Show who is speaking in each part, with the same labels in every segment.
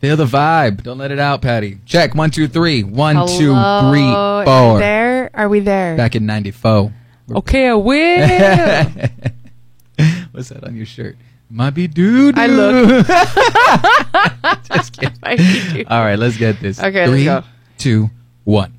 Speaker 1: Feel the vibe. Don't let it out, Patty. Check. One, two, three. One, two,
Speaker 2: Hello,
Speaker 1: three,
Speaker 2: are we
Speaker 1: four.
Speaker 2: There? Are we there?
Speaker 1: Back in 94.
Speaker 2: Okay, I will.
Speaker 1: What's that on your shirt? Might be dude.
Speaker 2: I look.
Speaker 1: Just kidding.
Speaker 2: Might be dude.
Speaker 1: All right, let's get this.
Speaker 2: Okay, let's
Speaker 1: Three,
Speaker 2: go.
Speaker 1: two, one.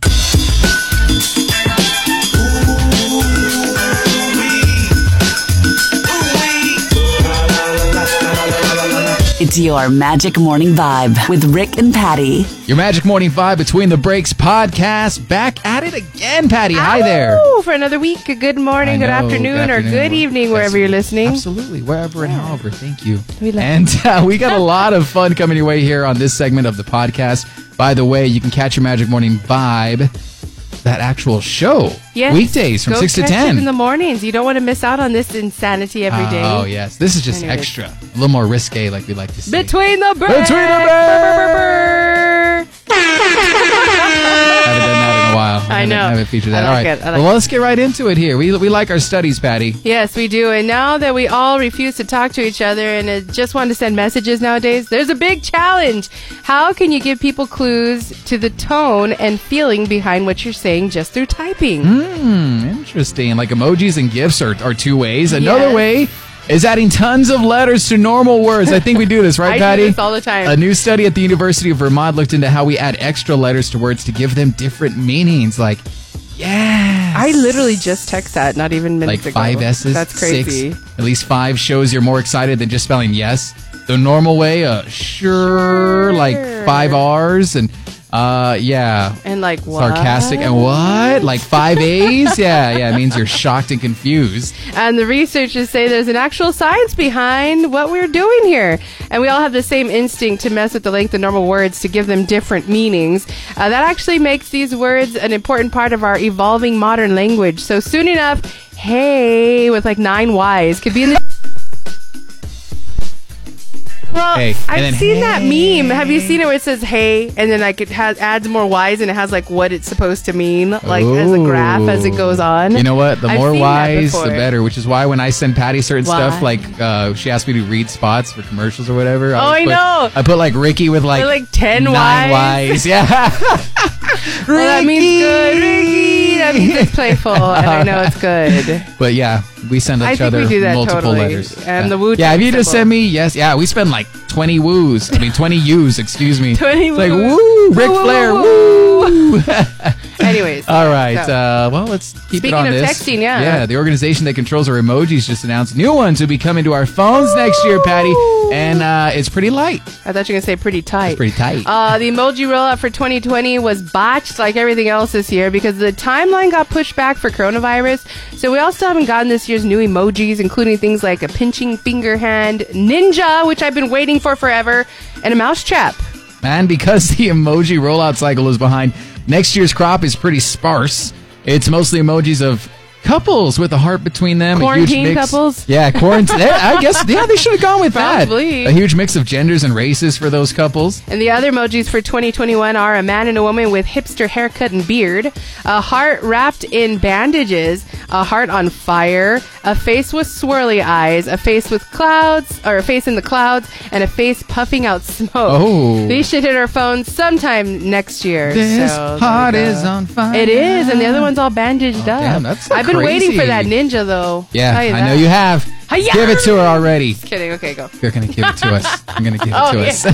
Speaker 3: It's your magic morning vibe with Rick and Patty.
Speaker 1: Your Magic Morning Vibe Between the Breaks podcast. Back at it again, Patty. Hi there.
Speaker 2: Hello For another week. Good morning,
Speaker 1: I
Speaker 2: good,
Speaker 1: know,
Speaker 2: afternoon, or good evening, wherever you're listening.
Speaker 1: Absolutely, wherever and however. Thank you.
Speaker 2: We love
Speaker 1: and uh, we got a lot of fun coming your way here on this segment of the podcast. By the way, you can catch your Magic Morning Vibe, that actual show,
Speaker 2: Yes.
Speaker 1: weekdays from
Speaker 2: Go
Speaker 1: 6 to
Speaker 2: catch it
Speaker 1: 10.
Speaker 2: in the mornings. You don't want to miss out on this insanity every day.
Speaker 1: Oh, yes. This is just
Speaker 2: Anyways.
Speaker 1: extra. A little more risque, like we like to say.
Speaker 2: Between the breaks.
Speaker 1: Between the haven't done that in a
Speaker 2: I
Speaker 1: while. haven't-
Speaker 2: know.
Speaker 1: haven't featured
Speaker 2: I
Speaker 1: that.
Speaker 2: like
Speaker 1: All right.
Speaker 2: it. I like
Speaker 1: well, let's get right into it here. We, we like our studies, Patty.
Speaker 2: Yes, we do. And now that we all refuse to talk to each other and uh, just want to send messages nowadays, there's a big challenge. How can you give people clues to the tone and feeling behind what you're saying just through typing?
Speaker 1: Hmm? Interesting. Like emojis and gifs are, are two ways. Another
Speaker 2: Yes.
Speaker 1: way is adding tons of letters to normal words. I think we do this, right,
Speaker 2: I do
Speaker 1: Patty?
Speaker 2: this all the time.
Speaker 1: A new study at the University of Vermont looked into how we add extra letters to words to give them different meanings. Like, yeah.
Speaker 2: I literally just text that, not even
Speaker 1: like
Speaker 2: minutes ago.
Speaker 1: five S's.
Speaker 2: That's crazy.
Speaker 1: Six, at least five shows you're more excited than just spelling yes. The normal way, uh, sure, like five R's and uh, yeah,
Speaker 2: And like what?
Speaker 1: sarcastic and what? Like five A's? yeah, yeah. It means you're shocked and confused.
Speaker 2: And the researchers say there's an actual science behind what we're doing here. And we all have the same instinct to mess with the length of normal words to give them different meanings. Uh, that actually makes these words an important part of our evolving modern language. So soon enough, hey, with like nine Y's, could be in the. Well,
Speaker 1: Hey, and then
Speaker 2: I've seen that
Speaker 1: hey.
Speaker 2: meme. Have you seen it where it says "hey" and then like it has adds more Y's and it has like what it's supposed to mean, like as a graph as it
Speaker 1: Ooh.
Speaker 2: goes on.
Speaker 1: You know what? The
Speaker 2: I've
Speaker 1: more
Speaker 2: seen that
Speaker 1: wise, the
Speaker 2: before.
Speaker 1: better. Which is why when I send Patty certain
Speaker 2: Why?
Speaker 1: stuff, like uh, she asked me to read spots for commercials or whatever.
Speaker 2: Oh,
Speaker 1: always
Speaker 2: I
Speaker 1: put-
Speaker 2: know.
Speaker 1: I put like Ricky with like
Speaker 2: Or, like, 10
Speaker 1: nine
Speaker 2: Ys.
Speaker 1: Ys. Yeah.
Speaker 2: Well, that means good. Ricky. That means it's playful, and I know it's good.
Speaker 1: But yeah, we send each
Speaker 2: I think
Speaker 1: other
Speaker 2: we do that
Speaker 1: multiple
Speaker 2: totally.
Speaker 1: letters.
Speaker 2: And
Speaker 1: yeah.
Speaker 2: the woo
Speaker 1: Yeah, if you just
Speaker 2: symbol.
Speaker 1: send me yes, yeah, we spend like twenty woos. I mean twenty U's, excuse me.
Speaker 2: 20
Speaker 1: It's Like
Speaker 2: woos.
Speaker 1: woo, Ric
Speaker 2: Woo, woo,
Speaker 1: Flair,
Speaker 2: woo,
Speaker 1: woo.
Speaker 2: Anyways,
Speaker 1: All right.
Speaker 2: So-
Speaker 1: Uh, well, let's keep
Speaker 2: Speaking
Speaker 1: it on
Speaker 2: of
Speaker 1: this.
Speaker 2: texting, yeah.
Speaker 1: Yeah, the organization that controls our emojis just announced new ones will be coming to our phones next year, Patty. And uh, it's pretty light.
Speaker 2: I thought you were gonna say pretty tight.
Speaker 1: It's pretty tight.
Speaker 2: Uh, the emoji rollout for 2020 was botched like everything else this year because the timeline got pushed back for coronavirus. So we all still haven't gotten this year's new emojis, including things like a pinching finger hand, ninja, which I've been waiting for forever, and a mouse trap.
Speaker 1: And because the emoji rollout cycle is behind, next year's crop is pretty sparse. It's mostly emojis of couples with a heart between them. a
Speaker 2: Quarantine
Speaker 1: huge mix.
Speaker 2: couples?
Speaker 1: Yeah, quarantine. I guess, yeah, they should have gone with
Speaker 2: Probably.
Speaker 1: that. A huge mix of genders and races for those couples.
Speaker 2: And the other emojis for 2021 are a man and a woman with hipster haircut and beard, a heart wrapped in bandages, a heart on fire, a face with swirly eyes, a face with clouds, or a face in the clouds, and a face puffing out smoke.
Speaker 1: Oh.
Speaker 2: These should hit our phones sometime next year.
Speaker 1: This
Speaker 2: so there we
Speaker 1: heart
Speaker 2: go.
Speaker 1: is on fire. Oh,
Speaker 2: It is, and the other one's all bandaged up.
Speaker 1: damn, that's so
Speaker 2: I've been waiting for
Speaker 1: crazy.
Speaker 2: that ninja though.
Speaker 1: Yeah,
Speaker 2: Tell
Speaker 1: I
Speaker 2: that.
Speaker 1: know you have.
Speaker 2: Hi-yah!
Speaker 1: Give it to her already.
Speaker 2: Kidding. Okay, go.
Speaker 1: You're going to give it to us. I'm going to give it
Speaker 2: Oh,
Speaker 1: to
Speaker 2: yeah.
Speaker 1: us.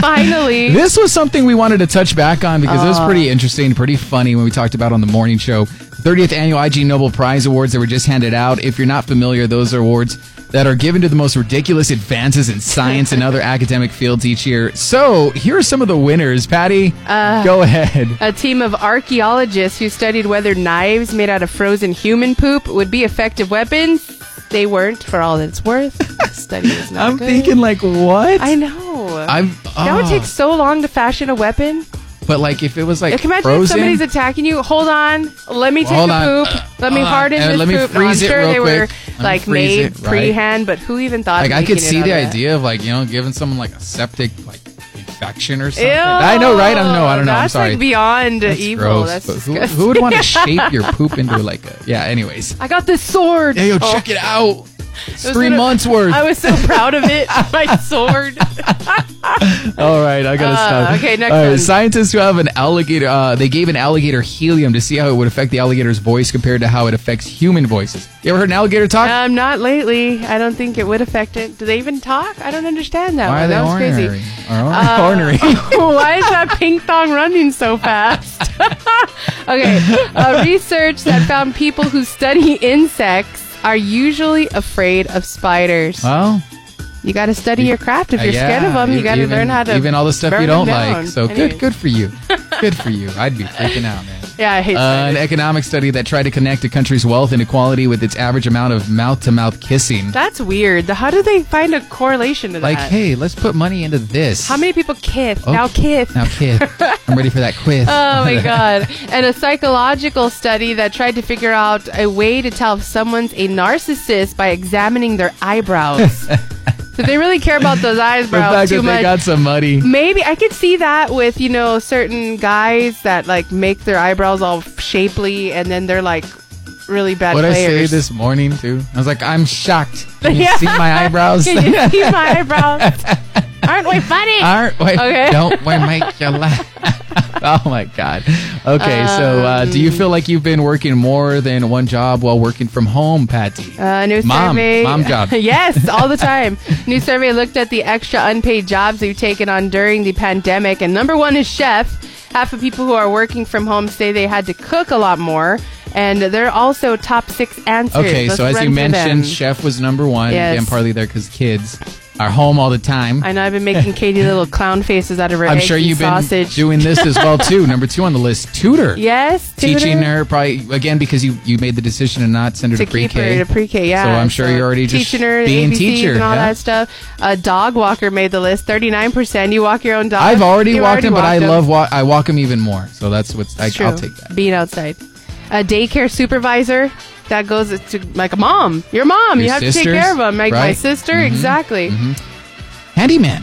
Speaker 2: Finally.
Speaker 1: This was something we wanted to touch back on because
Speaker 2: Uh.
Speaker 1: it was pretty interesting, pretty funny when we talked about on the morning show. 30th annual IG Nobel Prize awards that were just handed out. If you're not familiar, those are awards that are given to the most ridiculous advances in science and other academic fields each year. So here are some of the winners. Patty,
Speaker 2: Uh,
Speaker 1: go ahead.
Speaker 2: A team of archaeologists who studied whether knives made out of frozen human poop would be effective weapons. They weren't, for all that it's worth. The study was not
Speaker 1: I'm
Speaker 2: good.
Speaker 1: thinking like what?
Speaker 2: I know.
Speaker 1: I'm.
Speaker 2: that would
Speaker 1: oh.
Speaker 2: take so long to fashion a weapon.
Speaker 1: But like if it was like
Speaker 2: Like, imagine
Speaker 1: frozen,
Speaker 2: if somebody's attacking you. Hold on. Let me take
Speaker 1: Hold
Speaker 2: a
Speaker 1: on.
Speaker 2: poop. let me
Speaker 1: Uh,
Speaker 2: harden
Speaker 1: uh,
Speaker 2: this
Speaker 1: let me
Speaker 2: poop.
Speaker 1: freeze it
Speaker 2: no, I'm sure
Speaker 1: real
Speaker 2: they
Speaker 1: quick.
Speaker 2: were
Speaker 1: Let me
Speaker 2: like
Speaker 1: freeze
Speaker 2: made
Speaker 1: it, right?
Speaker 2: pre-hand, but who even thought?
Speaker 1: like
Speaker 2: of
Speaker 1: I could
Speaker 2: making it
Speaker 1: see
Speaker 2: out
Speaker 1: the
Speaker 2: of that?
Speaker 1: idea of like you know giving someone like a septic like infection or something.
Speaker 2: Ew,
Speaker 1: I know, right? I don't know. I don't know. I'm
Speaker 2: That's
Speaker 1: sorry.
Speaker 2: like beyond
Speaker 1: That's
Speaker 2: evil.
Speaker 1: gross,
Speaker 2: That's
Speaker 1: but who,
Speaker 2: disgusting.
Speaker 1: who would want to shape your poop into like a yeah? Anyways,
Speaker 2: I got this sword.
Speaker 1: hey yo,
Speaker 2: Oh.
Speaker 1: check it out. It's
Speaker 2: It was
Speaker 1: three
Speaker 2: gonna-
Speaker 1: months worth.
Speaker 2: I was so proud of it. My sword.
Speaker 1: All right, I gotta
Speaker 2: Uh,
Speaker 1: stop.
Speaker 2: okay, next
Speaker 1: All right,
Speaker 2: one.
Speaker 1: Scientists who have an alligator, uh, they gave an alligator helium to see how it would affect the alligator's voice compared to how it affects human voices. You ever heard an alligator talk?
Speaker 2: Um, not lately. I don't think it would affect it. Do they even talk? I don't understand that.
Speaker 1: Why are
Speaker 2: one.
Speaker 1: they
Speaker 2: that was
Speaker 1: ornery?
Speaker 2: crazy. Uh,
Speaker 1: Or or- ornery?
Speaker 2: Why is that ping pong running so fast? okay, uh, research that found people who study insects are usually afraid of spiders.
Speaker 1: well,
Speaker 2: You got to study your craft. If
Speaker 1: uh,
Speaker 2: you're
Speaker 1: yeah,
Speaker 2: scared of them, you
Speaker 1: e-
Speaker 2: got to
Speaker 1: even-
Speaker 2: learn how to
Speaker 1: even all the stuff
Speaker 2: burn
Speaker 1: you don't
Speaker 2: them
Speaker 1: like.
Speaker 2: down.
Speaker 1: So
Speaker 2: Anyway.
Speaker 1: good, good for you. Good for you. I'd be freaking out, man. Uh,
Speaker 2: Yeah, I hate
Speaker 1: An
Speaker 2: spiders.
Speaker 1: economic study that tried to connect a country's wealth and equality with its average amount of mouth-to-mouth kissing.
Speaker 2: That's weird. The- How do they find a correlation to
Speaker 1: Like,
Speaker 2: that?
Speaker 1: hey, let's put money into this.
Speaker 2: how many people kiss?
Speaker 1: Okay.
Speaker 2: Now kiss.
Speaker 1: Now, kid, I'm ready for that quiz.
Speaker 2: Oh my god. And a psychological study that tried to figure out a way to tell if someone's a narcissist by examining their eyebrows. so they really care about those
Speaker 1: the
Speaker 2: eyebrows
Speaker 1: fact
Speaker 2: too
Speaker 1: that
Speaker 2: much.
Speaker 1: they got some money.
Speaker 2: Maybe I could see that with, you know, certain guys that like make their eyebrows all shapely and then they're like really bad
Speaker 1: What I say
Speaker 2: players.
Speaker 1: this morning too? I was like, I'm shocked. Can you
Speaker 2: Yeah.
Speaker 1: see my eyebrows?
Speaker 2: Can you see my eyebrows? Aren't we funny?
Speaker 1: Aren't wait,
Speaker 2: Okay.
Speaker 1: don't wait, make you laugh. oh my god. Okay, so uh, do
Speaker 2: Um,
Speaker 1: you feel like you've been working more than one job while working from home, Patty?
Speaker 2: Uh, new
Speaker 1: Mom.
Speaker 2: survey.
Speaker 1: Mom job.
Speaker 2: yes, all the time. new survey looked at the extra unpaid jobs they've taken on during the pandemic, and number one is chef. Half of people who are working from home say they had to cook a lot more, and they're also top six answers.
Speaker 1: okay,
Speaker 2: Let's
Speaker 1: so as
Speaker 2: run
Speaker 1: you
Speaker 2: through
Speaker 1: mentioned,
Speaker 2: them.
Speaker 1: chef was number one,
Speaker 2: Yes.
Speaker 1: and partly there because kids are home all the time.
Speaker 2: I know I've been making Katie little clown faces out of her.
Speaker 1: I'm
Speaker 2: eggs
Speaker 1: sure
Speaker 2: and
Speaker 1: you've been
Speaker 2: sausage.
Speaker 1: doing this as well too. Number two on the list, tutor.
Speaker 2: Yes,
Speaker 1: teaching
Speaker 2: tutor?
Speaker 1: her probably again because you you made the decision to not send her to,
Speaker 2: to keep her to pre-K. Yeah,
Speaker 1: So I'm sure you're already just
Speaker 2: teaching her
Speaker 1: being
Speaker 2: ABCs
Speaker 1: teacher,
Speaker 2: and all
Speaker 1: yeah.
Speaker 2: that stuff. A dog walker made the list, 39. percent You walk your own dog.
Speaker 1: I've already
Speaker 2: You
Speaker 1: walked him, but I
Speaker 2: walked
Speaker 1: love wa- I walk him even more. So that's what's I,
Speaker 2: It's
Speaker 1: I'll
Speaker 2: true.
Speaker 1: take that.
Speaker 2: Being outside, a daycare supervisor that goes to like a mom, your mom.
Speaker 1: Your
Speaker 2: you have to
Speaker 1: sisters,
Speaker 2: take care of them. Like my
Speaker 1: right? Mm-hmm.
Speaker 2: sister, exactly. Oh,
Speaker 1: Handyman.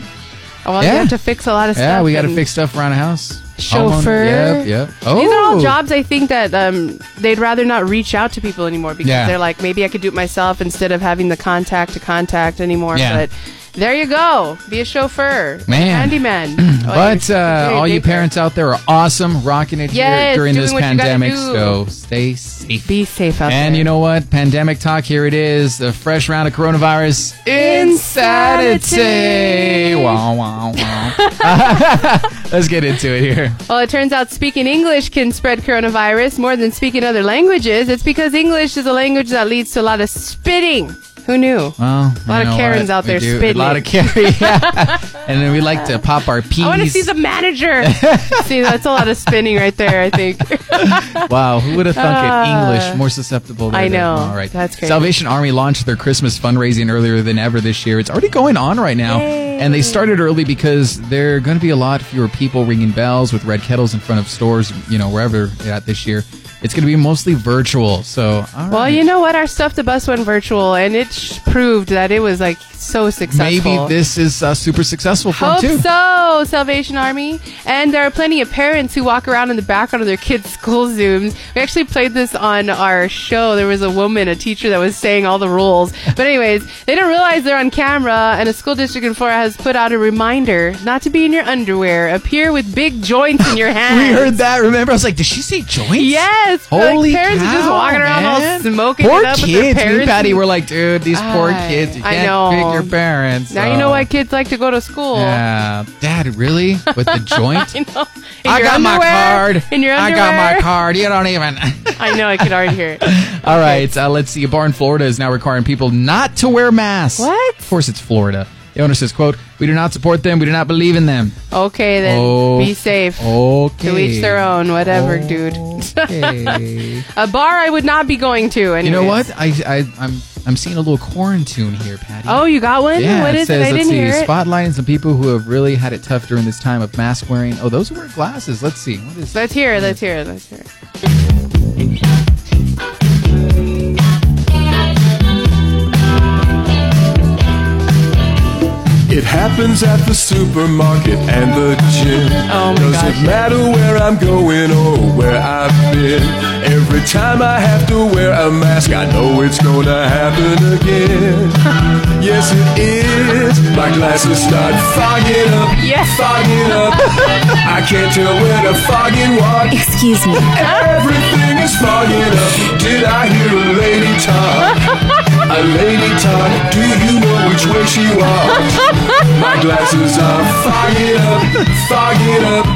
Speaker 2: Well,
Speaker 1: Yeah.
Speaker 2: you have to fix a lot of stuff.
Speaker 1: Yeah, we got to
Speaker 2: and
Speaker 1: fix stuff around the house.
Speaker 2: Chauffeur.
Speaker 1: Homeowner. Yep, yep. Oh,
Speaker 2: These are all jobs I think that um, they'd rather not reach out to people anymore because
Speaker 1: Yeah.
Speaker 2: they're like, maybe I could do it myself instead of having the contact to contact anymore.
Speaker 1: Yeah.
Speaker 2: But there you go. Be a chauffeur,
Speaker 1: Man.
Speaker 2: handyman.
Speaker 1: But uh, all you
Speaker 2: daycare.
Speaker 1: parents out there are awesome, rocking it here
Speaker 2: Yes,
Speaker 1: during
Speaker 2: doing
Speaker 1: this
Speaker 2: what you gotta
Speaker 1: pandemic.
Speaker 2: do.
Speaker 1: So stay safe.
Speaker 2: be safe out there.
Speaker 1: And you know what? Pandemic talk, here it is. The fresh round of coronavirus insanity.
Speaker 2: Insanity.
Speaker 1: Wow, wow, wow. Let's get into it here.
Speaker 2: Well, it turns out speaking English can spread coronavirus more than speaking other languages. It's because English is a language that leads to a lot of spitting. Who knew?
Speaker 1: Well,
Speaker 2: a lot
Speaker 1: you
Speaker 2: of
Speaker 1: know
Speaker 2: Karens
Speaker 1: what?
Speaker 2: out
Speaker 1: We
Speaker 2: there
Speaker 1: do.
Speaker 2: spitting.
Speaker 1: A lot of Karens. yeah. And then we like to pop our peas.
Speaker 2: I want to see the manager. see, that's a lot of spinning right there. I think.
Speaker 1: Wow, who would have thunk it? English more susceptible. Than
Speaker 2: Ah. I
Speaker 1: it is.
Speaker 2: know.
Speaker 1: All right,
Speaker 2: That's crazy.
Speaker 1: Salvation Army launched their Christmas fundraising earlier than ever this year. It's already going on right now, and they started early because there are going to be a lot fewer people ringing bells with red kettles in front of stores. You know, wherever they're at this year, it's going to be mostly virtual. So, all
Speaker 2: well,
Speaker 1: right.
Speaker 2: you know what? Our stuff the bus went virtual, and it sh- proved that it was like so successful.
Speaker 1: maybe this is uh, super successful for
Speaker 2: Hope
Speaker 1: them too.
Speaker 2: so, Salvation Army. And there are plenty of parents who walk around in the background of their kids' school zooms. We actually played this on our show. There was a woman, a teacher, that was saying all the rules. But anyways, they don't realize they're on camera, and a school district in Florida has put out a reminder not to be in your underwear. Appear with big joints in your hands.
Speaker 1: We heard that. Remember, I was like, "Did she say joints?"
Speaker 2: Yes, like,
Speaker 1: Holy
Speaker 2: parents are just
Speaker 1: cow,
Speaker 2: walking around all
Speaker 1: man.
Speaker 2: smoking
Speaker 1: poor
Speaker 2: it up with their
Speaker 1: kids. Me and
Speaker 2: parents
Speaker 1: Patty
Speaker 2: and-
Speaker 1: were like, "Dude, these poor
Speaker 2: Ay,
Speaker 1: kids. You
Speaker 2: I
Speaker 1: can't
Speaker 2: know.
Speaker 1: pick your parents."
Speaker 2: Now you know
Speaker 1: so-
Speaker 2: why kids like to go to school.
Speaker 1: Oh. Yeah, Dad, really? With the joint?
Speaker 2: You know, in
Speaker 1: I
Speaker 2: your
Speaker 1: got my
Speaker 2: underwear,
Speaker 1: card.
Speaker 2: In your
Speaker 1: I
Speaker 2: underwear.
Speaker 1: got my card. You don't even.
Speaker 2: I know. I could already hear it.
Speaker 1: All right, uh, let's see. A bar in Florida is now requiring people not to wear masks.
Speaker 2: What?
Speaker 1: Of course, it's Florida. The owner says, "quote We do not support them. We do not believe in them."
Speaker 2: Okay, then
Speaker 1: Oh,
Speaker 2: be safe.
Speaker 1: Okay.
Speaker 2: To each their own, whatever, dude.
Speaker 1: Okay.
Speaker 2: A bar I would not be going to. Anyways.
Speaker 1: you know what? I, I I'm I'm seeing a little quarantine here, Patty.
Speaker 2: Oh, you got one?
Speaker 1: Yeah,
Speaker 2: what
Speaker 1: it
Speaker 2: is
Speaker 1: says,
Speaker 2: it? I
Speaker 1: let's
Speaker 2: didn't
Speaker 1: see,
Speaker 2: hear it.
Speaker 1: spotlighting some people who have really had it tough during this time of mask wearing. Oh, those who wear glasses. Let's see. What is
Speaker 2: Let's hear it. Let's hear it. Let's hear it.
Speaker 4: It happens at the supermarket and the gym.
Speaker 2: Oh my
Speaker 4: Doesn't
Speaker 2: gosh.
Speaker 4: matter where I'm going or where I've been. Every time I have to wear a mask, I know it's gonna happen again. Yes, it is. My glasses start fogging up.
Speaker 2: Yes.
Speaker 4: Fogging up. I can't tell where the fogging what.
Speaker 5: Excuse me.
Speaker 4: Everything is fogging up. Did I hear a lady talk? A lady talk. Do you know which way she walks? My glasses are fogging up, fogging up.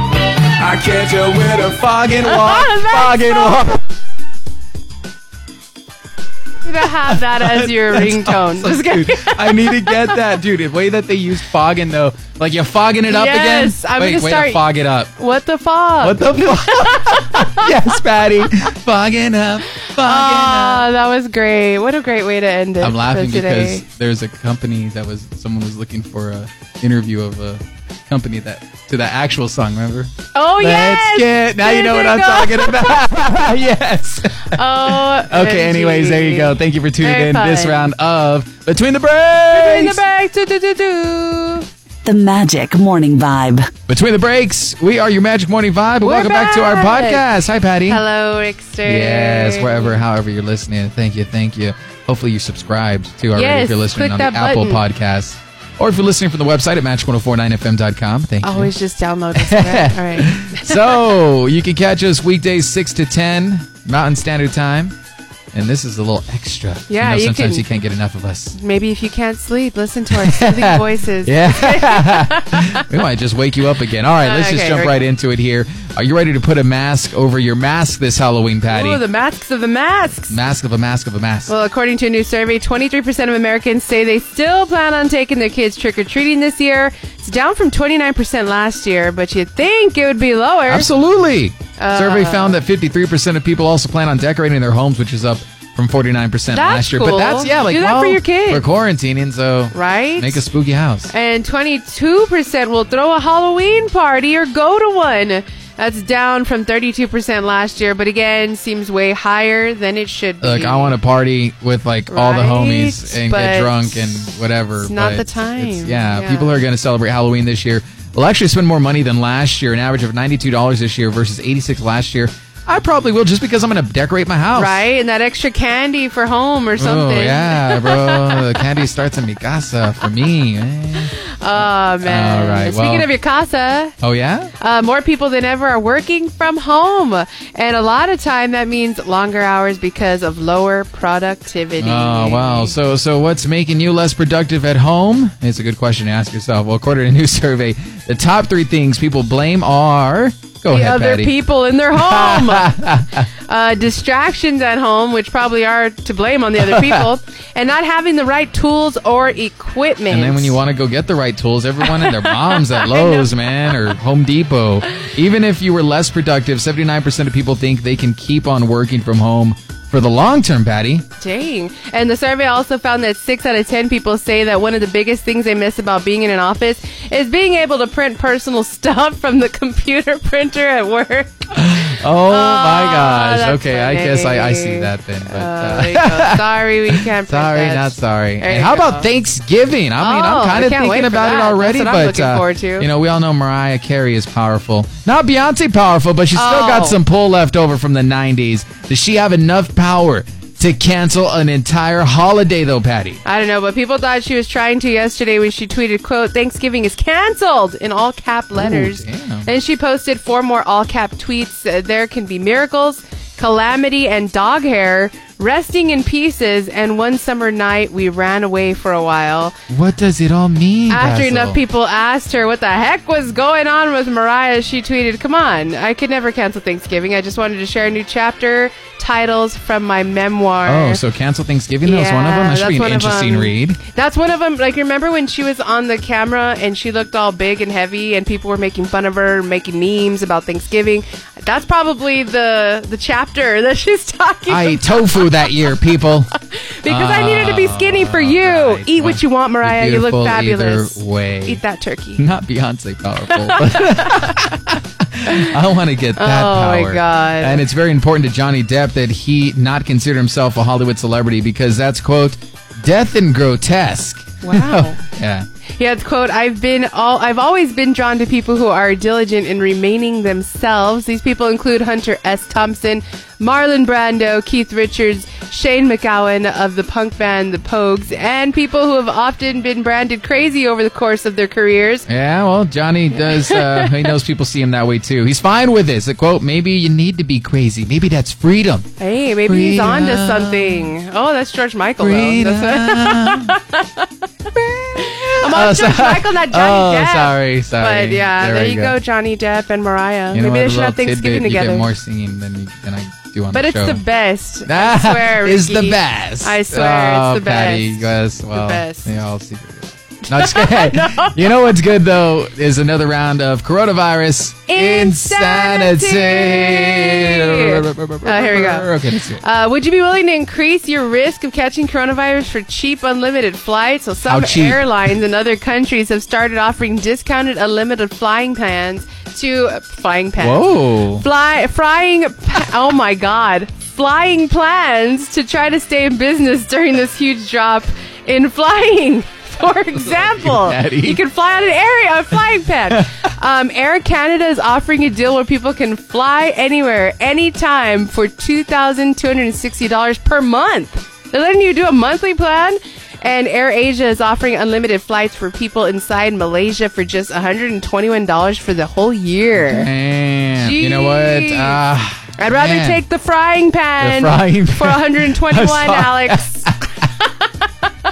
Speaker 4: I can't tell where the fogging walk,
Speaker 2: That's
Speaker 4: fogging walk.
Speaker 2: You're gonna have that as your ringtone. Just kidding.
Speaker 1: Dude, I need to get that, dude. The way that they used fogging though, like you're fogging it up
Speaker 2: Yes,
Speaker 1: again.
Speaker 2: I'm
Speaker 1: Wait,
Speaker 2: gonna
Speaker 1: way
Speaker 2: start-
Speaker 1: to fog it up.
Speaker 2: What the fuck?
Speaker 1: What the fuck? yes, Patty. Fogging up. Fogging up.
Speaker 2: Ah, that was great. What a great way to end it.
Speaker 1: I'm laughing
Speaker 2: for today.
Speaker 1: because there's a company that was someone was looking for a interview of a company that to that actual song. Remember?
Speaker 2: oh yes,
Speaker 1: Let's get. Now you know what I'm talking about. yes.
Speaker 2: about. Oh,
Speaker 1: Okay. Anyways, there you go. Thank you for tuning
Speaker 2: Very
Speaker 1: in this
Speaker 2: fun.
Speaker 1: round of Between the Breaks.
Speaker 2: Bring it back. Do, do, do, do.
Speaker 3: The Magic Morning Vibe.
Speaker 1: Between the breaks, we are your Magic Morning Vibe. Welcome back. to our
Speaker 2: back.
Speaker 1: podcast. Hi, Patty.
Speaker 2: Hello, Rickster.
Speaker 1: Yes, wherever, however you're listening. Thank you, thank you. Hopefully, you're subscribed to already
Speaker 2: Yes,
Speaker 1: if you're listening
Speaker 2: click
Speaker 1: on the
Speaker 2: that
Speaker 1: Apple
Speaker 2: button.
Speaker 1: Podcast. Or if you're listening from the website at match1049fm.com. Thank you.
Speaker 2: Always just download us. right? All right.
Speaker 1: so, you can catch us weekdays 6 to 10 Mountain Standard Time. And this is a little extra.
Speaker 2: Yeah,
Speaker 1: You know,
Speaker 2: you
Speaker 1: sometimes
Speaker 2: can-
Speaker 1: you can't get enough of us.
Speaker 2: Maybe if you can't sleep, listen to our soothing voices.
Speaker 1: Yeah. we might just wake you up again. All right, let's just
Speaker 2: Okay,
Speaker 1: jump
Speaker 2: here we
Speaker 1: right into it here. Are you ready to put a mask over your mask this Halloween, Patty?
Speaker 2: Ooh, Oh, the masks of the masks.
Speaker 1: mask of a mask of a mask.
Speaker 2: Well, according to a new survey, 23% of Americans say they still plan on taking their kids trick or treating this year. It's down from 29% last year, but you'd think it would be lower.
Speaker 1: Absolutely.
Speaker 2: Uh,
Speaker 1: Survey found that 53% of people also plan on decorating their homes, which is up from 49% last year. But
Speaker 2: cool.
Speaker 1: that's, yeah, like,
Speaker 2: Do that for
Speaker 1: well,
Speaker 2: your kids.
Speaker 1: We're quarantining, so
Speaker 2: Right?
Speaker 1: make a spooky house.
Speaker 2: And 22% will throw a Halloween party or go to one. That's down from 32% last year, but again, seems way higher than it should be.
Speaker 1: Look, I want to party with like all the
Speaker 2: Right,
Speaker 1: homies and get
Speaker 2: but
Speaker 1: drunk and whatever.
Speaker 2: it's not
Speaker 1: but
Speaker 2: the time.
Speaker 1: it's- yeah,
Speaker 2: Yeah.
Speaker 1: people are going to celebrate Halloween this year. We'll actually spend more money than last year, an average of $92 this year versus 86 last year. I probably will just because I'm going to decorate my house.
Speaker 2: Right? And that extra candy for home or
Speaker 1: Oh,
Speaker 2: something.
Speaker 1: yeah, bro. the candy starts in mi casa for me. eh?
Speaker 2: Oh, man.
Speaker 1: All right,
Speaker 2: Speaking
Speaker 1: well-
Speaker 2: of your casa,
Speaker 1: Oh, yeah?
Speaker 2: Uh, more people than ever are working from home. And a lot of time that means longer hours because of lower productivity.
Speaker 1: Oh wow! So so what's making you less productive at home? It's a good question to ask yourself. Well, according to a new survey, the top three things people blame are go
Speaker 2: The
Speaker 1: ahead,
Speaker 2: other
Speaker 1: Patty.
Speaker 2: people in their home. uh, distractions at home, which probably are to blame on the other people, and not having the right tools or equipment.
Speaker 1: and then when you want to go get the right tools, everyone and their moms at Lowe's, man, or Home Depot. Even if you were less productive, seventy nine percent of people think they can keep on working from home for the long term, Patty.
Speaker 2: Dang. And the survey also found that six out of 10 people say that one of the biggest things they miss about being in an office is being able to print personal stuff from the computer printer at work.
Speaker 1: Oh my gosh!
Speaker 2: that's
Speaker 1: Okay, I guess I, I see
Speaker 2: funny.
Speaker 1: that then. But,
Speaker 2: Oh,
Speaker 1: uh,
Speaker 2: there you go. sorry, we can't. print
Speaker 1: Sorry,
Speaker 2: that.
Speaker 1: not sorry.
Speaker 2: There
Speaker 1: And
Speaker 2: you
Speaker 1: how
Speaker 2: go.
Speaker 1: about Thanksgiving? I mean,
Speaker 2: Oh,
Speaker 1: I'm kind
Speaker 2: I
Speaker 1: of
Speaker 2: can't wait
Speaker 1: thinking
Speaker 2: for
Speaker 1: about it
Speaker 2: that.
Speaker 1: already,
Speaker 2: That's what I'm
Speaker 1: but
Speaker 2: looking
Speaker 1: uh,
Speaker 2: forward to.
Speaker 1: you know, we all know Mariah Carey is powerful. Not Beyonce powerful, but she's still got
Speaker 2: Oh.
Speaker 1: some pull left over from the '90s. Does she have enough power to cancel an entire holiday, though, Patty?
Speaker 2: I don't know, but people thought she was trying to yesterday when she tweeted, "quote Thanksgiving is canceled" in all cap letters.
Speaker 1: damn.
Speaker 2: and she posted four more all cap tweets. Uh, there can be miracles, calamity, and dog hair. Resting in pieces, and one summer night we ran away for a while.
Speaker 1: What does it all mean?
Speaker 2: After
Speaker 1: Basil?
Speaker 2: enough people asked her what the heck was going on with Mariah, she tweeted, Come on, I could never cancel Thanksgiving. I just wanted to share a new chapter, titles from my memoir.
Speaker 1: Oh, so cancel Thanksgiving. That was one of them.
Speaker 2: Yeah,
Speaker 1: That should
Speaker 2: that's
Speaker 1: be an
Speaker 2: one of 'em.
Speaker 1: interesting read.
Speaker 2: That's one of them. Like, remember when she was on the camera and she looked all big and heavy, and people were making fun of her, making memes about Thanksgiving. That's probably the the chapter that she's talking.
Speaker 1: I ate
Speaker 2: about.
Speaker 1: tofu that year, people.
Speaker 2: because I needed to be skinny for you.
Speaker 1: Alright,
Speaker 2: Eat
Speaker 1: well,
Speaker 2: what you want,
Speaker 1: you're
Speaker 2: Mariah. You look
Speaker 1: oh, beautiful
Speaker 2: fabulous.
Speaker 1: Either way,
Speaker 2: Eat that turkey.
Speaker 1: Not Beyonce powerful. But I want to get that
Speaker 2: Oh, my
Speaker 1: power.
Speaker 2: God.
Speaker 1: And it's very important to Johnny Depp that he not consider himself a Hollywood celebrity because that's quote death and grotesque.
Speaker 2: Wow.
Speaker 1: yeah.
Speaker 2: He had quote, "I've been all I've always been drawn to people who are diligent in remaining themselves. These people include Hunter S. Thompson, Marlon Brando, Keith Richards, Shane McGowan of the punk band The Pogues, and people who have often been branded crazy over the course of their careers."
Speaker 1: Yeah, well, Johnny does. Uh, he knows people see him that way too. He's fine with this. A quote: "Maybe you need to be crazy. Maybe that's freedom."
Speaker 2: Hey, maybe he's
Speaker 1: Freedom.
Speaker 2: on to something. Oh, that's George Michael. Though.
Speaker 1: Freedom.
Speaker 2: That's I'm on
Speaker 1: Oh,
Speaker 2: George
Speaker 1: sorry.
Speaker 2: Michael, not Johnny
Speaker 1: Oh,
Speaker 2: Depp.
Speaker 1: sorry, sorry.
Speaker 2: But yeah,
Speaker 1: There
Speaker 2: there,
Speaker 1: we
Speaker 2: you
Speaker 1: go.
Speaker 2: go. Johnny Depp and Mariah.
Speaker 1: You know
Speaker 2: maybe
Speaker 1: what?
Speaker 2: they
Speaker 1: A
Speaker 2: should
Speaker 1: little
Speaker 2: have Thanksgiving
Speaker 1: tidbit, you
Speaker 2: together.
Speaker 1: get more singing than you, than I do on
Speaker 2: But
Speaker 1: the
Speaker 2: it's
Speaker 1: show.
Speaker 2: the best. I
Speaker 1: That
Speaker 2: swear,
Speaker 1: is the
Speaker 2: Ricky.
Speaker 1: best.
Speaker 2: I swear,
Speaker 1: oh,
Speaker 2: it's the
Speaker 1: Patty,
Speaker 2: best.
Speaker 1: Yes, well,
Speaker 2: best.
Speaker 1: they all secretly are. No, just kidding. You know what's good though is another round of coronavirus
Speaker 2: Insanity. Oh, here we go.
Speaker 1: Okay, let's do it.
Speaker 2: Uh, would you be willing to increase your risk of catching coronavirus for cheap unlimited flights? Well, some
Speaker 1: How cheap?
Speaker 2: airlines and other countries have started offering discounted unlimited flying plans to flying plans.
Speaker 1: Whoa.
Speaker 2: Fly frying. pa- Oh my God! Flying plans to try to stay in business during this huge drop in flying. For example,
Speaker 1: Patty.
Speaker 2: you can fly on an area on a flying pad. um, Air Canada is offering a deal where people can fly anywhere, anytime for two thousand two hundred and sixty dollars per month. They're letting you do a monthly plan. And Air Asia is offering unlimited flights for people inside Malaysia for just $121 for the whole year.
Speaker 1: And you know what?
Speaker 2: Jeez.
Speaker 1: Uh,
Speaker 2: I'd rather
Speaker 1: man.
Speaker 2: take the frying pan
Speaker 1: The frying
Speaker 2: for
Speaker 1: pan.
Speaker 2: 121,
Speaker 1: I'm sorry.
Speaker 2: Alex.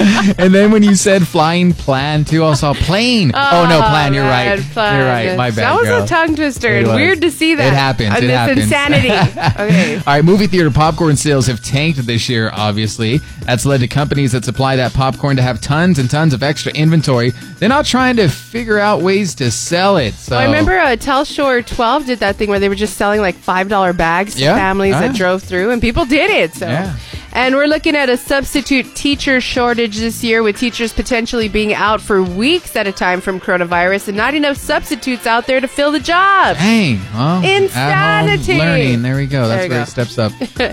Speaker 1: And then when you said flying plan too, I saw plane. Oh, no, plan. You're right.
Speaker 2: man, plan.
Speaker 1: You're right. My bad.
Speaker 2: That was
Speaker 1: girl.
Speaker 2: a tongue twister.
Speaker 1: It
Speaker 2: and
Speaker 1: was.
Speaker 2: Weird to see that.
Speaker 1: It happens.
Speaker 2: On
Speaker 1: It
Speaker 2: this
Speaker 1: happens.
Speaker 2: insanity. okay.
Speaker 1: All right, movie theater popcorn sales have tanked this year, obviously. That's led to companies that supply that popcorn to have tons and tons of extra inventory. They're not trying to figure out ways to sell it. So
Speaker 2: I remember uh, Telshore 12 did that thing where they were just selling like $5 bags to
Speaker 1: Yeah.
Speaker 2: families
Speaker 1: Ah.
Speaker 2: that drove through, and people did it. So.
Speaker 1: Yeah.
Speaker 2: And we're looking at a substitute teacher shortage this year, with teachers potentially being out for weeks at a time from coronavirus and not enough substitutes out there to fill the jobs.
Speaker 1: Dang. Well, at-home
Speaker 2: Insanity.
Speaker 1: Learning. There we go. That's
Speaker 2: There you
Speaker 1: where
Speaker 2: go.
Speaker 1: it steps up.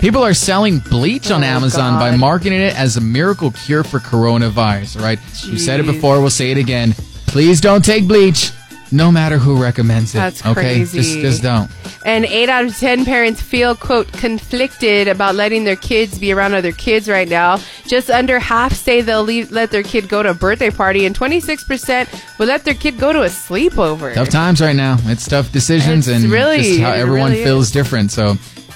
Speaker 1: People are selling bleach on
Speaker 2: Oh,
Speaker 1: Amazon
Speaker 2: God.
Speaker 1: by marketing it as a miracle cure for coronavirus, all right? We've said it
Speaker 2: Jeez.
Speaker 1: before. We'll say it again. Please don't take bleach, no matter who recommends it.
Speaker 2: That's
Speaker 1: okay?
Speaker 2: crazy.
Speaker 1: Just, just don't.
Speaker 2: And eight out of ten parents feel, quote, conflicted about letting their kids be around other kids right now. Just under half say they'll leave, let their kid go to a birthday party, and 26% will let their kid go to a sleepover.
Speaker 1: Tough times right now. It's tough decisions
Speaker 2: It's
Speaker 1: and
Speaker 2: really-
Speaker 1: just how
Speaker 2: it
Speaker 1: everyone
Speaker 2: really
Speaker 1: feels different. So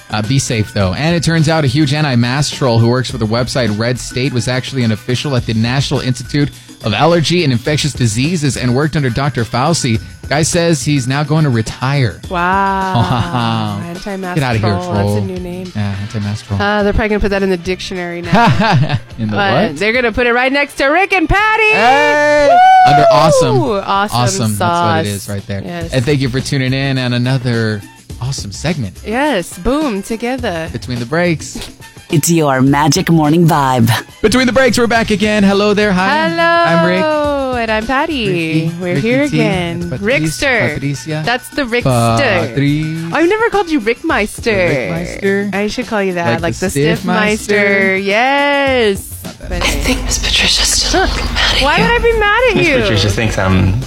Speaker 1: uh, be safe though. And it turns out a huge anti-mask troll who works for the website Red State was actually an official at the National Institute of Allergy and Infectious Diseases and worked under Dr. Fauci. Guy says he's now going to retire.
Speaker 2: Wow.
Speaker 1: Wow.
Speaker 2: Anti-mask
Speaker 1: Get out of here,
Speaker 2: troll.
Speaker 1: troll.
Speaker 2: That's a new name.
Speaker 1: Yeah, anti-mask troll.
Speaker 2: Uh, they're probably going to put that in the dictionary now.
Speaker 1: In the
Speaker 2: Uh, but
Speaker 1: what?
Speaker 2: they're going to put it right next to Rick and Patty.
Speaker 1: Hey!
Speaker 2: Woo!
Speaker 1: Under awesome.
Speaker 2: Awesome
Speaker 1: That's what it
Speaker 2: sauce.
Speaker 1: is right there.
Speaker 2: Yes.
Speaker 1: And thank you for tuning in on another awesome segment
Speaker 2: Yes. Boom. Together.
Speaker 1: between the breaks.
Speaker 3: It's your Magic Morning Vibe.
Speaker 1: Between the breaks, we're back again. Hello there. Hi.
Speaker 2: Hello.
Speaker 1: I'm Rick.
Speaker 2: And I'm Patty.
Speaker 1: Ricky,
Speaker 2: We're
Speaker 1: Ricky
Speaker 2: here
Speaker 1: T.
Speaker 2: again.
Speaker 1: That's
Speaker 2: Rickster.
Speaker 1: Patricia.
Speaker 2: That's the Rickster.
Speaker 1: Patricia.
Speaker 2: I've never called you Rickmeister.
Speaker 1: Rickmeister.
Speaker 2: I should call you that.
Speaker 1: Like
Speaker 2: Like,
Speaker 1: the
Speaker 2: the, Stiffmeister.
Speaker 1: Stiffmeister.
Speaker 2: Yes. But-
Speaker 5: think Miss Patricia's still mad at
Speaker 2: why would I be mad at
Speaker 6: Miss
Speaker 2: you?
Speaker 6: Patricia thinks I'm.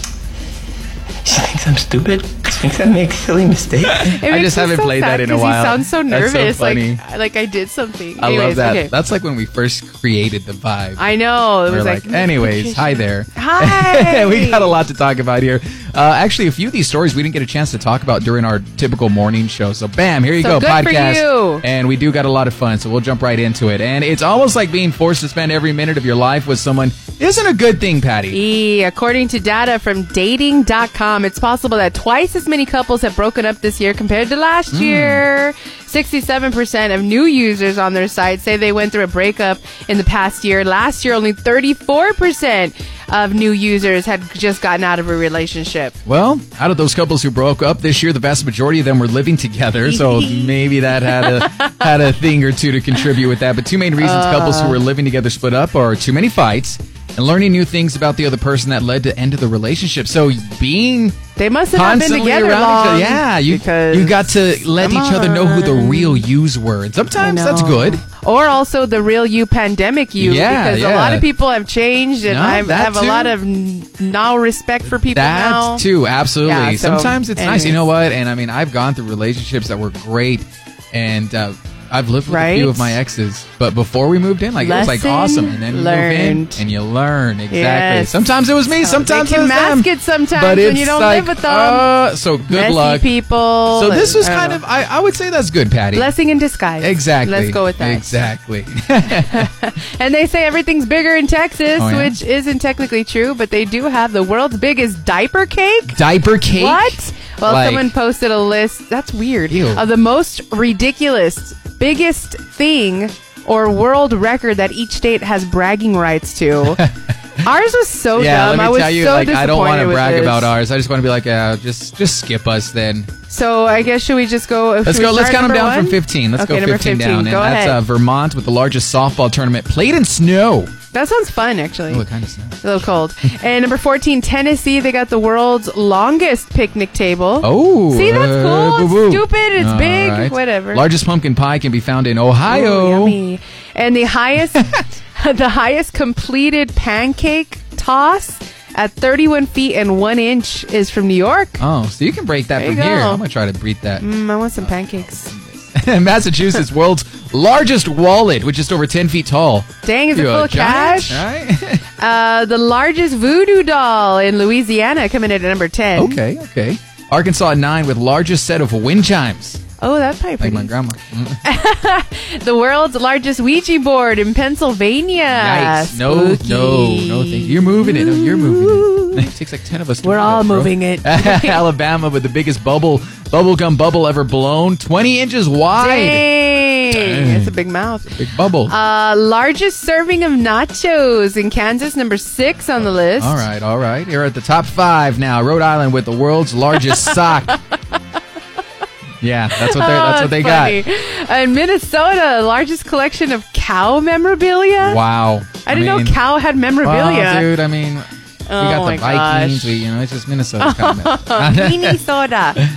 Speaker 6: She thinks I'm stupid. She thinks I make silly mistakes.
Speaker 2: It
Speaker 1: I
Speaker 2: makes
Speaker 1: just
Speaker 2: me
Speaker 1: haven't
Speaker 2: so
Speaker 1: played
Speaker 2: sad
Speaker 1: that in a
Speaker 2: 'cause
Speaker 1: while.
Speaker 2: You sound so
Speaker 1: That's
Speaker 2: nervous.
Speaker 1: so funny.
Speaker 2: Like, like I did something.
Speaker 1: I love
Speaker 2: Anyways,
Speaker 1: that.
Speaker 2: Okay.
Speaker 1: That's like when we first created the vibe.
Speaker 2: I know. It
Speaker 1: We're
Speaker 2: was
Speaker 1: like,
Speaker 2: like,
Speaker 1: anyways, hi there.
Speaker 2: Hi.
Speaker 1: we got a lot to talk about here. Uh, actually, a few of these stories we didn't get a chance to talk about during our typical morning show. So, bam, here you
Speaker 2: So
Speaker 1: go,
Speaker 2: good for
Speaker 1: podcast.
Speaker 2: you.
Speaker 1: And we do got a lot of fun, so we'll jump right into it. And it's almost like being forced to spend every minute of your life with someone isn't a good thing, Patty.
Speaker 2: E, according to data from dating.com, it's possible that twice as many couples have broken up this year compared to last
Speaker 1: Hmm.
Speaker 2: year. 67% of new users on their site say they went through a breakup in the past year. Last year, only 34% of new users had just gotten out of a relationship.
Speaker 1: Well, out of those couples who broke up this year, the vast majority of them were living together, so maybe that had a had
Speaker 2: Uh.
Speaker 1: a thing or two to contribute with that. But two main reasons couples who were living together split up are too many fights and learning new things about the other person that led to end of the relationship. So being
Speaker 2: They must have not been
Speaker 1: constantly
Speaker 2: together
Speaker 1: around
Speaker 2: long.
Speaker 1: each other, yeah, you
Speaker 2: because-
Speaker 1: you got to let each
Speaker 2: Come
Speaker 1: other know who the
Speaker 2: on.
Speaker 1: real yous were. And sometimes that's
Speaker 2: No.
Speaker 1: good.
Speaker 2: Or also the real you pandemic you.
Speaker 1: Yeah,
Speaker 2: because
Speaker 1: yeah.
Speaker 2: a lot of people have changed and
Speaker 1: No,
Speaker 2: I
Speaker 1: that
Speaker 2: have a
Speaker 1: too.
Speaker 2: lot of n- now respect for people
Speaker 1: That
Speaker 2: now.
Speaker 1: too, absolutely.
Speaker 2: Yeah, so,
Speaker 1: Sometimes it's nice. You
Speaker 2: anyways.
Speaker 1: know what? And I mean, I've gone through relationships that were great, and uh, I've lived with a
Speaker 2: Right?
Speaker 1: few of my exes. But before we moved in, like it was like
Speaker 2: Lesson
Speaker 1: awesome, and then you move
Speaker 2: learned.
Speaker 1: in and you learn exactly.
Speaker 2: Yes.
Speaker 1: Sometimes it was me. Sometimes
Speaker 2: they
Speaker 1: it
Speaker 2: can
Speaker 1: was them.
Speaker 2: mask it sometimes
Speaker 1: but
Speaker 2: when
Speaker 1: it's
Speaker 2: you don't
Speaker 1: like,
Speaker 2: live with them.
Speaker 1: Uh, so good
Speaker 2: Messy
Speaker 1: luck.
Speaker 2: people.
Speaker 1: So this
Speaker 2: and-
Speaker 1: was
Speaker 2: I don't
Speaker 1: kind
Speaker 2: know.
Speaker 1: of I, I would say that's good, Patty.
Speaker 2: blessing in disguise.
Speaker 1: exactly.
Speaker 2: Let's go with that.
Speaker 1: Exactly.
Speaker 2: And they say everything's bigger in Texas,
Speaker 1: Oh, yeah?
Speaker 2: which isn't technically true, but they do have the world's biggest diaper cake.
Speaker 1: Diaper cake.
Speaker 2: What? Well,
Speaker 1: Like-
Speaker 2: someone posted a list. That's weird.
Speaker 1: Ew.
Speaker 2: Of the most ridiculous, biggest thing or world record that each state has bragging rights to. Ours was so
Speaker 1: Yeah,
Speaker 2: dumb.
Speaker 1: let
Speaker 2: I
Speaker 1: me
Speaker 2: was
Speaker 1: tell you,
Speaker 2: so
Speaker 1: like
Speaker 2: disappointed
Speaker 1: I don't want to
Speaker 2: with
Speaker 1: brag
Speaker 2: this.
Speaker 1: about ours. I just want to be like, uh, just just skip us then.
Speaker 2: So I guess should we just go?
Speaker 1: Let's go. Let's count them down from 15. Let's
Speaker 2: okay,
Speaker 1: go
Speaker 2: number
Speaker 1: 15, down.
Speaker 2: Go
Speaker 1: and
Speaker 2: ahead.
Speaker 1: that's uh, Vermont with the largest softball tournament played in snow.
Speaker 2: that sounds fun, actually.
Speaker 1: Oh, it kind of snow.
Speaker 2: A little cold. and number 14, Tennessee. They got the world's longest picnic table.
Speaker 1: Oh,
Speaker 2: See, that's cool.
Speaker 1: uh,
Speaker 2: it's
Speaker 1: boo-boo.
Speaker 2: stupid. It's
Speaker 1: All
Speaker 2: big.
Speaker 1: right.
Speaker 2: Whatever.
Speaker 1: Largest pumpkin pie can be found in
Speaker 2: Ooh,
Speaker 1: Ohio.
Speaker 2: yummy. And the highest, the highest completed pancake toss at 31 feet and one inch is from New York.
Speaker 1: oh, so you can break that
Speaker 2: There
Speaker 1: from
Speaker 2: you
Speaker 1: here.
Speaker 2: go.
Speaker 1: I'm gonna try to beat that.
Speaker 2: Mm, I want some pancakes.
Speaker 1: Massachusetts, world's largest wallet, which is over 10 feet tall.
Speaker 2: Dang, is it
Speaker 1: You a
Speaker 2: full of
Speaker 1: giant,
Speaker 2: cash?
Speaker 1: Right?
Speaker 2: Uh, the largest voodoo doll in Louisiana coming in at number 10.
Speaker 1: okay, okay. Arkansas at nine with largest set of wind chimes.
Speaker 2: Oh, that's probably
Speaker 1: Like
Speaker 2: pretty.
Speaker 1: my grandma.
Speaker 2: the world's largest Ouija board in Pennsylvania.
Speaker 1: Yikes. No,
Speaker 2: Spooky.
Speaker 1: no, no. Thank you. You're moving it. No, you're moving it. It takes like 10 of us to
Speaker 2: We're
Speaker 1: move
Speaker 2: all
Speaker 1: that, bro.
Speaker 2: moving it.
Speaker 1: Alabama with the biggest bubble, bubblegum bubble ever blown. 20 inches wide.
Speaker 2: Dang.
Speaker 1: Dang.
Speaker 2: It's a big mouth.
Speaker 1: Big bubble.
Speaker 2: Uh, largest serving of nachos in Kansas, number six on the list.
Speaker 1: all right, all right. You're at the top five now. Rhode Island with the world's largest sock. Yeah, that's
Speaker 2: Oh,
Speaker 1: what, they're, that's what they got.
Speaker 2: got. And Uh, Minnesota, largest collection of cow memorabilia.
Speaker 1: Wow.
Speaker 2: I didn't
Speaker 1: mean-
Speaker 2: know cow had memorabilia.
Speaker 1: Well, dude, I mean, we got
Speaker 2: Oh
Speaker 1: the
Speaker 2: my gosh. Uh,
Speaker 1: Vikings. We, you know, it's just Minnesota coming up.
Speaker 2: Minnesota.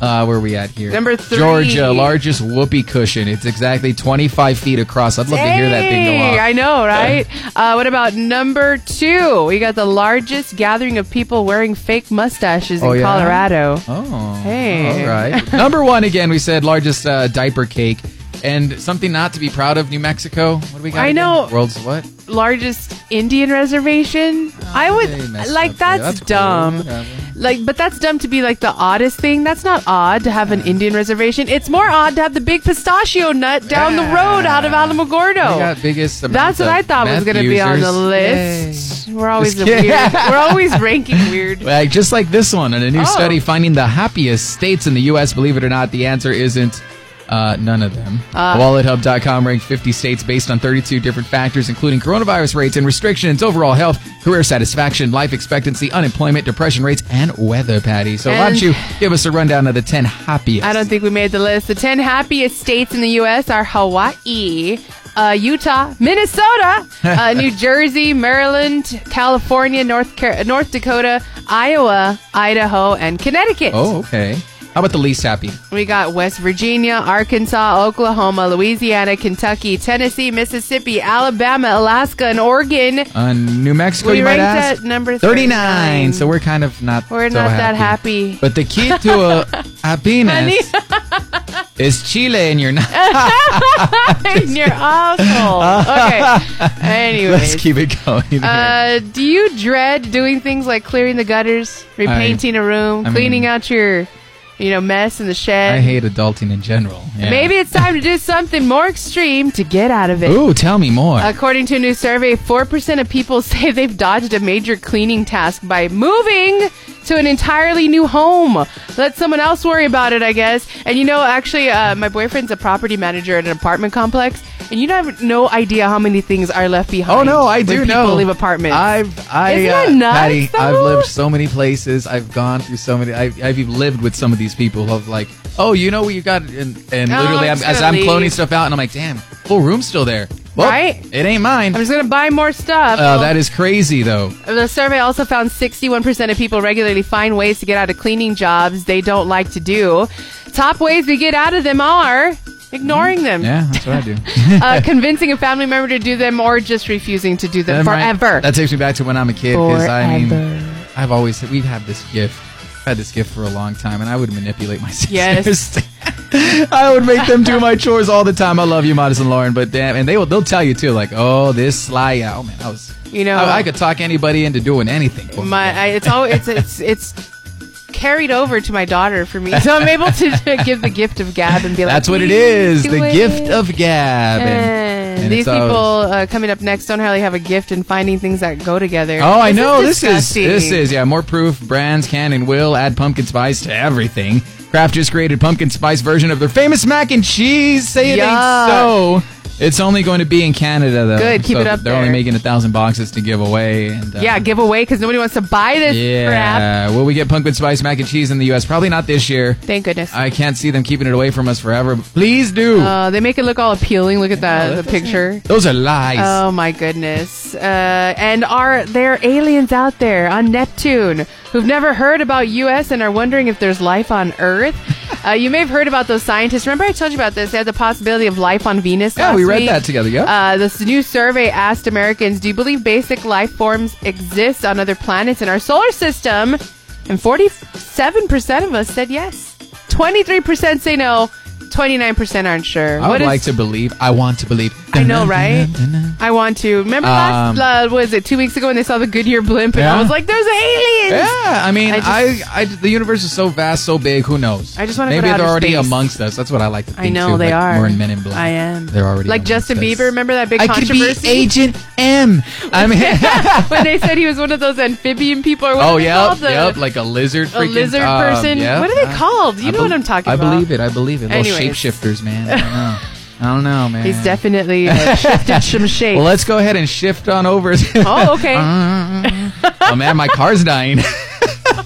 Speaker 1: Uh, where we at here?
Speaker 2: Number three.
Speaker 1: Georgia, largest whoopee cushion. It's exactly 25 feet across. I'd love to hear that thing go
Speaker 2: Dang,
Speaker 1: off.
Speaker 2: I know, right? uh, what about number two? We got the largest gathering of people wearing fake mustaches
Speaker 1: Oh,
Speaker 2: in
Speaker 1: yeah?
Speaker 2: Colorado.
Speaker 1: Oh,
Speaker 2: Hey.
Speaker 1: all right. Number one again. We said largest uh, diaper cake, and something not to be proud of. New Mexico. What do we got?
Speaker 2: I
Speaker 1: again?
Speaker 2: know.
Speaker 1: World's what?
Speaker 2: largest Indian reservation. I
Speaker 1: Oh, they
Speaker 2: would
Speaker 1: messed
Speaker 2: like
Speaker 1: up there.
Speaker 2: that's,
Speaker 1: That's cool.
Speaker 2: dumb.
Speaker 1: Whatever.
Speaker 2: Like, but that's dumb to be like the oddest thing. That's not odd to have an Indian reservation. It's more odd to have the big pistachio nut down the road out of Alamogordo.
Speaker 1: We got biggest. amount
Speaker 2: Oh. That's what
Speaker 1: of
Speaker 2: I thought was
Speaker 1: meth
Speaker 2: going to be on the
Speaker 1: users.
Speaker 2: list. We're always
Speaker 1: Just
Speaker 2: a weird.
Speaker 1: kidding.
Speaker 2: We're always ranking weird.
Speaker 1: Like, Uh, just like this one, in a new
Speaker 2: Oh.
Speaker 1: study finding the happiest states in the U.S. Believe it or not, the answer isn't uh, none of them. WalletHub.com ranked 50 states based on 32 different factors, including coronavirus rates and restrictions, overall health, career satisfaction, life expectancy, unemployment, depression rates, and weather, Patty. So why don't
Speaker 2: And-
Speaker 1: you give us a rundown of the 10 happiest?
Speaker 2: I don't think we made the list. The 10 happiest states in the U.S. are Hawaii, uh, Utah, Minnesota, uh, New Jersey, Maryland, California, North, Car- North Dakota, Iowa, Idaho, and Connecticut.
Speaker 1: Oh, okay. How about the least happy?
Speaker 2: We got West Virginia, Arkansas, Oklahoma, Louisiana, Kentucky, Tennessee, Mississippi, Alabama, Alaska, and Oregon.
Speaker 1: Uh, New Mexico,
Speaker 2: We
Speaker 1: you might
Speaker 2: ranked
Speaker 1: ask?
Speaker 2: at number
Speaker 1: 39.
Speaker 2: 39.
Speaker 1: So we're kind of not
Speaker 2: We're
Speaker 1: so
Speaker 2: not
Speaker 1: happy.
Speaker 2: that happy.
Speaker 1: But the key to a happiness is Chile and you're not.
Speaker 2: You're awful. Okay.
Speaker 1: Let's
Speaker 2: Anyways.
Speaker 1: keep it going. here.
Speaker 2: Uh, do you dread doing things like clearing the gutters, repainting a room,
Speaker 1: I
Speaker 2: cleaning
Speaker 1: mean-
Speaker 2: out your, you know, mess in the shed?
Speaker 1: I hate adulting in general. Yeah.
Speaker 2: Maybe it's time to do something more extreme to get out of it.
Speaker 1: Ooh, tell me more.
Speaker 2: According to a new survey, 4% of people say they've dodged a major cleaning task by moving to an entirely new home. Let someone else worry about it, I guess. And you know, actually, uh, my boyfriend's a property manager at an apartment complex, and you have no idea how many things are left behind.
Speaker 1: Oh no, I
Speaker 2: when
Speaker 1: do
Speaker 2: people
Speaker 1: know.
Speaker 2: Leave apartments.
Speaker 1: I've, I,
Speaker 2: Isn't
Speaker 1: uh,
Speaker 2: that nuts,
Speaker 1: Patty,
Speaker 2: though?
Speaker 1: I've lived so many places. I've gone through so many. I've, I've even lived with some of these people of like, oh, you know what you got, and, and
Speaker 2: Oh,
Speaker 1: literally,
Speaker 2: I'm
Speaker 1: I'm,
Speaker 2: just
Speaker 1: as
Speaker 2: gonna
Speaker 1: I'm cloning
Speaker 2: leave.
Speaker 1: stuff out, and I'm like, damn, full room's still there. Well,
Speaker 2: right?
Speaker 1: It ain't mine.
Speaker 2: I'm just gonna buy more stuff.
Speaker 1: Uh, that is crazy, though.
Speaker 2: The survey also found 61% of people regularly find ways to get out of cleaning jobs they don't like to do. Top ways we get out of them are ignoring them,
Speaker 1: Mm-hmm. Yeah, that's what I do.
Speaker 2: uh, convincing a family member to do them, or just refusing to do them
Speaker 1: Am I-
Speaker 2: forever.
Speaker 1: that takes me back to when I'm a kid because I mean,
Speaker 2: Forever.
Speaker 1: I've always we've had this gift, I've had this gift for a long time, and I would manipulate my sisters.
Speaker 2: Yes.
Speaker 1: I would make them do my chores all the time. I love you, Modest and Lauren, but damn, and they will they'll tell you too, like, oh, this sly, oh man, I was,
Speaker 2: You know- uh,
Speaker 1: I, I could talk anybody into doing anything. for me.
Speaker 2: my I, it's all it's it's it's carried over to my daughter for me so i'm able to give the gift of gab and be like
Speaker 1: That's what it
Speaker 2: "Please
Speaker 1: is,
Speaker 2: do
Speaker 1: the
Speaker 2: it."
Speaker 1: gift of gab. And,
Speaker 2: And
Speaker 1: and
Speaker 2: these
Speaker 1: it's always-
Speaker 2: people uh, coming up next don't hardly have a gift in finding things that go together
Speaker 1: Oh, I know.
Speaker 2: is
Speaker 1: this is
Speaker 2: disgusting.
Speaker 1: this is yeah. More proof. Brands can and will add pumpkin spice to everything. Kraft just created pumpkin spice version of their famous mac and cheese. Say it
Speaker 2: Yuck.
Speaker 1: ain't so. It's only going to be in Canada though.
Speaker 2: Good, keep
Speaker 1: So
Speaker 2: it up
Speaker 1: They're only
Speaker 2: there.
Speaker 1: making a thousand boxes to give away. And, uh,
Speaker 2: yeah give away because nobody wants to buy this
Speaker 1: yeah.
Speaker 2: crap
Speaker 1: Will we get pumpkin spice mac and cheese in the U.S.? Probably not this year.
Speaker 2: thank goodness
Speaker 1: I can't see them keeping it away from us forever. but Please do.
Speaker 2: uh, they make it look all appealing look at
Speaker 1: Oh,
Speaker 2: that the picture
Speaker 1: Those are lies.
Speaker 2: Oh my goodness! Uh, and are there aliens out there on Neptune who've never heard about U.S. and are wondering if there's life on Earth? uh, you may have heard about those scientists. Remember, I told you about this. They had the possibility of life on Venus.
Speaker 1: Yeah,
Speaker 2: last
Speaker 1: we read
Speaker 2: week.
Speaker 1: that together, yeah.
Speaker 2: Uh, this new survey asked Americans, "Do you believe basic life forms exist on other planets in our solar system?" And forty-seven percent of us said yes. Twenty-three percent say no. Twenty-nine percent aren't sure.
Speaker 1: I
Speaker 2: What
Speaker 1: would
Speaker 2: is-
Speaker 1: like to believe. I want to believe.
Speaker 2: I know, right? I want to. Remember last,
Speaker 1: Um,
Speaker 2: uh, what is it, two weeks ago when they saw the Goodyear blimp and I
Speaker 1: Yeah.
Speaker 2: was like, there's aliens!
Speaker 1: Yeah, I mean,
Speaker 2: I
Speaker 1: I,
Speaker 2: just-
Speaker 1: I, the universe is so vast, so big. Who knows?
Speaker 2: I just wanna go
Speaker 1: maybe
Speaker 2: to
Speaker 1: they're
Speaker 2: outer
Speaker 1: already
Speaker 2: space.
Speaker 1: amongst us. That's what I like to think.
Speaker 2: I know
Speaker 1: too.
Speaker 2: they
Speaker 1: Like,
Speaker 2: are.
Speaker 1: We're in Men in Black.
Speaker 2: I am.
Speaker 1: They're already
Speaker 2: like
Speaker 1: amongst
Speaker 2: Justin
Speaker 1: us.
Speaker 2: Bieber. Remember that big
Speaker 1: I could be
Speaker 2: controversy
Speaker 1: Agent M. I mean,
Speaker 2: when they said he was one of those amphibian people. Or what
Speaker 1: oh
Speaker 2: are they
Speaker 1: yeah,
Speaker 2: called? The-
Speaker 1: yep, like a lizard, freaking,
Speaker 2: lizard
Speaker 1: um,
Speaker 2: person.
Speaker 1: yeah.
Speaker 2: What are they called? You
Speaker 1: I
Speaker 2: know what I'm talking
Speaker 1: I
Speaker 2: about.
Speaker 1: believe it. I believe it. Little
Speaker 2: Anyways.
Speaker 1: shapeshifters, man. I don't know. I don't know, man.
Speaker 2: He's definitely uh, shifted some shape.
Speaker 1: Well, let's go ahead and shift on over.
Speaker 2: oh, okay.
Speaker 1: oh man, my car's dying.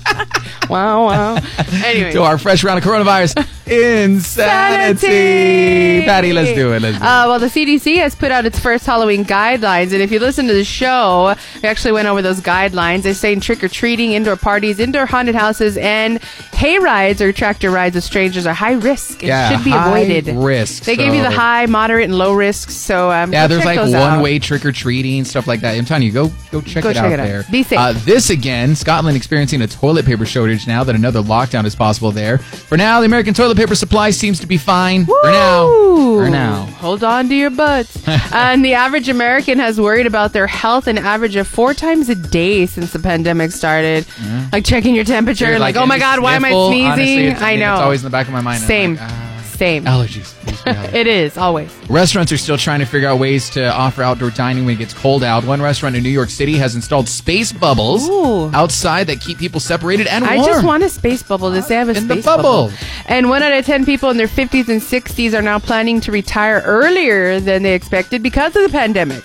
Speaker 2: wow, wow. Anyway.
Speaker 1: to our fresh round of coronavirus insanity.
Speaker 2: Sanity.
Speaker 1: Patty, let's do it. Let's do it.
Speaker 2: Uh, well, the CDC has put out its first Halloween guidelines, and if you listen to the show, we actually went over those guidelines. They're saying trick or treating, indoor parties, indoor haunted houses, and hay rides or tractor rides with strangers are high risk and
Speaker 1: Yeah,
Speaker 2: should be
Speaker 1: high
Speaker 2: avoided.
Speaker 1: risk,
Speaker 2: They gave you the
Speaker 1: so-
Speaker 2: high, moderate, and low risks. So um,
Speaker 1: Yeah,
Speaker 2: go
Speaker 1: there's
Speaker 2: check
Speaker 1: like
Speaker 2: those
Speaker 1: one
Speaker 2: out.
Speaker 1: way trick or treating stuff like that. I'm telling you, go go check
Speaker 2: Go
Speaker 1: it
Speaker 2: check
Speaker 1: out
Speaker 2: it out.
Speaker 1: there.
Speaker 2: Be safe.
Speaker 1: Uh, this again, Scotland experiencing a toilet paper shortage now that another lockdown is possible there. For now, the American toilet paper supply seems to be fine. For now,
Speaker 2: Woo!
Speaker 1: for now.
Speaker 2: Hold on to your butts. Uh, and the average American has worried about their health an average of four times a day since the pandemic started. Like checking your temperature,
Speaker 1: Dude,
Speaker 2: like, oh my
Speaker 1: any
Speaker 2: God, why am I
Speaker 1: sniffle,
Speaker 2: sneezing?
Speaker 1: honestly, it's-
Speaker 2: I
Speaker 1: mean,
Speaker 2: know.
Speaker 1: it's always in the back of my mind. I'm
Speaker 2: Same.
Speaker 1: like, ah,
Speaker 2: Same.
Speaker 1: allergies. Please be allergies.
Speaker 2: It is, always.
Speaker 1: Restaurants are still trying to figure out ways to offer outdoor dining when it gets cold out. One restaurant in New York City has installed space bubbles
Speaker 2: Ooh.
Speaker 1: outside that keep people separated and warm.
Speaker 2: I just want a space bubble. They say I have a
Speaker 1: In the
Speaker 2: space
Speaker 1: bubble.
Speaker 2: And one out of 10 people in their 50s and 60s are now planning to retire earlier than they expected because of the pandemic.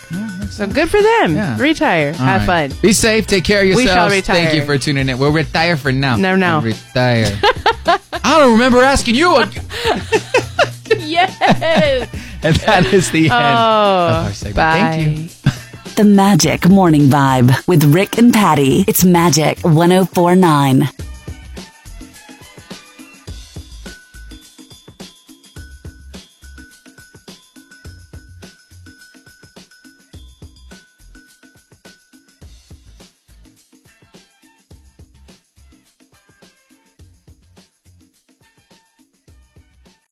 Speaker 2: So good for them.
Speaker 1: Yeah.
Speaker 2: Retire.
Speaker 1: All
Speaker 2: have
Speaker 1: right.
Speaker 2: fun.
Speaker 1: Be safe. Take care of
Speaker 2: shall
Speaker 1: yourselves.
Speaker 2: retire.
Speaker 1: Thank you for tuning in. We'll retire for now.
Speaker 2: No, no.
Speaker 1: We'll retire. I don't remember asking you. a-
Speaker 2: yes.
Speaker 1: and that is the end of our segment. Thank you.
Speaker 2: Oh, Bye.
Speaker 3: oh The Magic Morning Vibe with Rick and Patty. It's Magic 1049.